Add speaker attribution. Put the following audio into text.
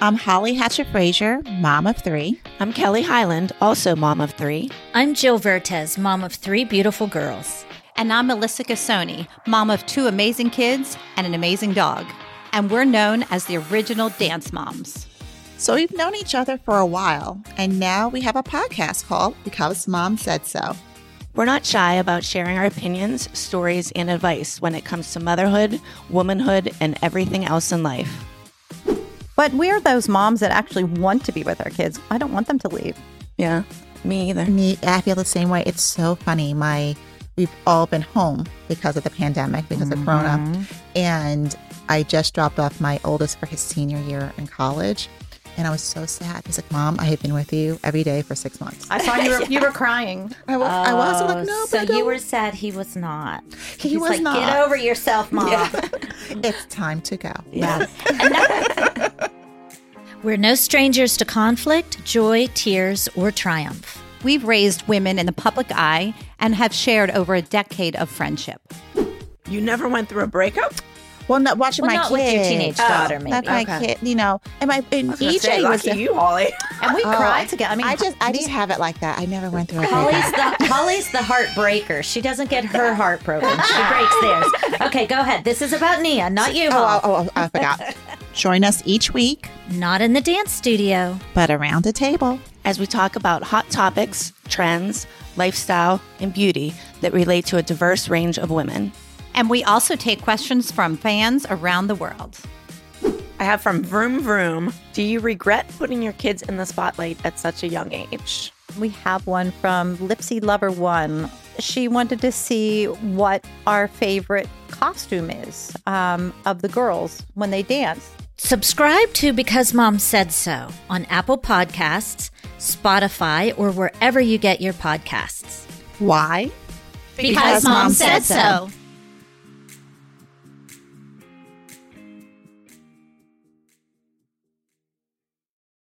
Speaker 1: I'm Holly Hatcher Frazier, mom of three.
Speaker 2: I'm Kelly Highland, also mom of three.
Speaker 3: I'm Jill Vertez, mom of three beautiful girls.
Speaker 4: And I'm Melissa Casoni, mom of two amazing kids and an amazing dog. And we're known as the original dance moms.
Speaker 1: So we've known each other for a while, and now we have a podcast called Because Mom Said So.
Speaker 2: We're not shy about sharing our opinions, stories, and advice when it comes to motherhood, womanhood, and everything else in life.
Speaker 5: But we're those moms that actually want to be with our kids. I don't want them to leave.
Speaker 2: Yeah, me either.
Speaker 1: Me, I feel the same way. It's so funny. My we've all been home because of the pandemic, because
Speaker 3: Mm-hmm.
Speaker 1: of Corona, and I just dropped off my oldest for his senior year in college, and I was so sad. He's like, "Mom, I have been with you every day for six months."
Speaker 5: I saw you were, you were crying.
Speaker 1: I was, I was I'm
Speaker 3: Oh,
Speaker 1: like, "No, but
Speaker 3: so
Speaker 1: I
Speaker 3: you
Speaker 1: don't-
Speaker 3: were sad he was not.
Speaker 1: He
Speaker 3: He's
Speaker 1: was
Speaker 3: like,
Speaker 1: not.
Speaker 3: Get over yourself, mom.
Speaker 1: it's time to go."
Speaker 2: Yeah.
Speaker 3: We're no strangers to conflict, joy, tears, or triumph.
Speaker 4: We've raised women in the public eye and have shared over a decade of friendship.
Speaker 6: You never went through a breakup?
Speaker 1: Well, not watching
Speaker 3: Well,
Speaker 1: my
Speaker 3: not
Speaker 1: kids. Oh,
Speaker 3: with your teenage daughter, maybe.
Speaker 1: Not my kid, you know. And my and
Speaker 6: I was
Speaker 1: EJ
Speaker 6: gonna say,
Speaker 1: was.
Speaker 6: lucky you, Holly.
Speaker 5: And we cried together. I mean,
Speaker 1: I just, I just have it like that. I never went through a
Speaker 3: Holly's
Speaker 1: breakup.
Speaker 3: the Holly's the heartbreaker. She doesn't get her heart broken. She breaks theirs. Okay, go ahead. This is about Nia, not you.
Speaker 1: Oh,
Speaker 3: Hall.
Speaker 1: oh, oh, I forgot. Join us each week,
Speaker 3: Not in the dance studio.
Speaker 1: but around the table.
Speaker 2: As we talk about hot topics, trends, lifestyle, and beauty that relate to a diverse range of women.
Speaker 4: And we also take questions from fans around the world.
Speaker 6: I have from Vroom Vroom. Do you regret putting your kids in the spotlight at such a young age?
Speaker 5: we have one from Lipsy Lover One. She wanted to see what our favorite costume is um, of the girls when they dance.
Speaker 3: Subscribe to Because Mom Said So on Apple Podcasts, Spotify, or wherever you get your podcasts.
Speaker 1: Why?
Speaker 3: Because, Mom, said so.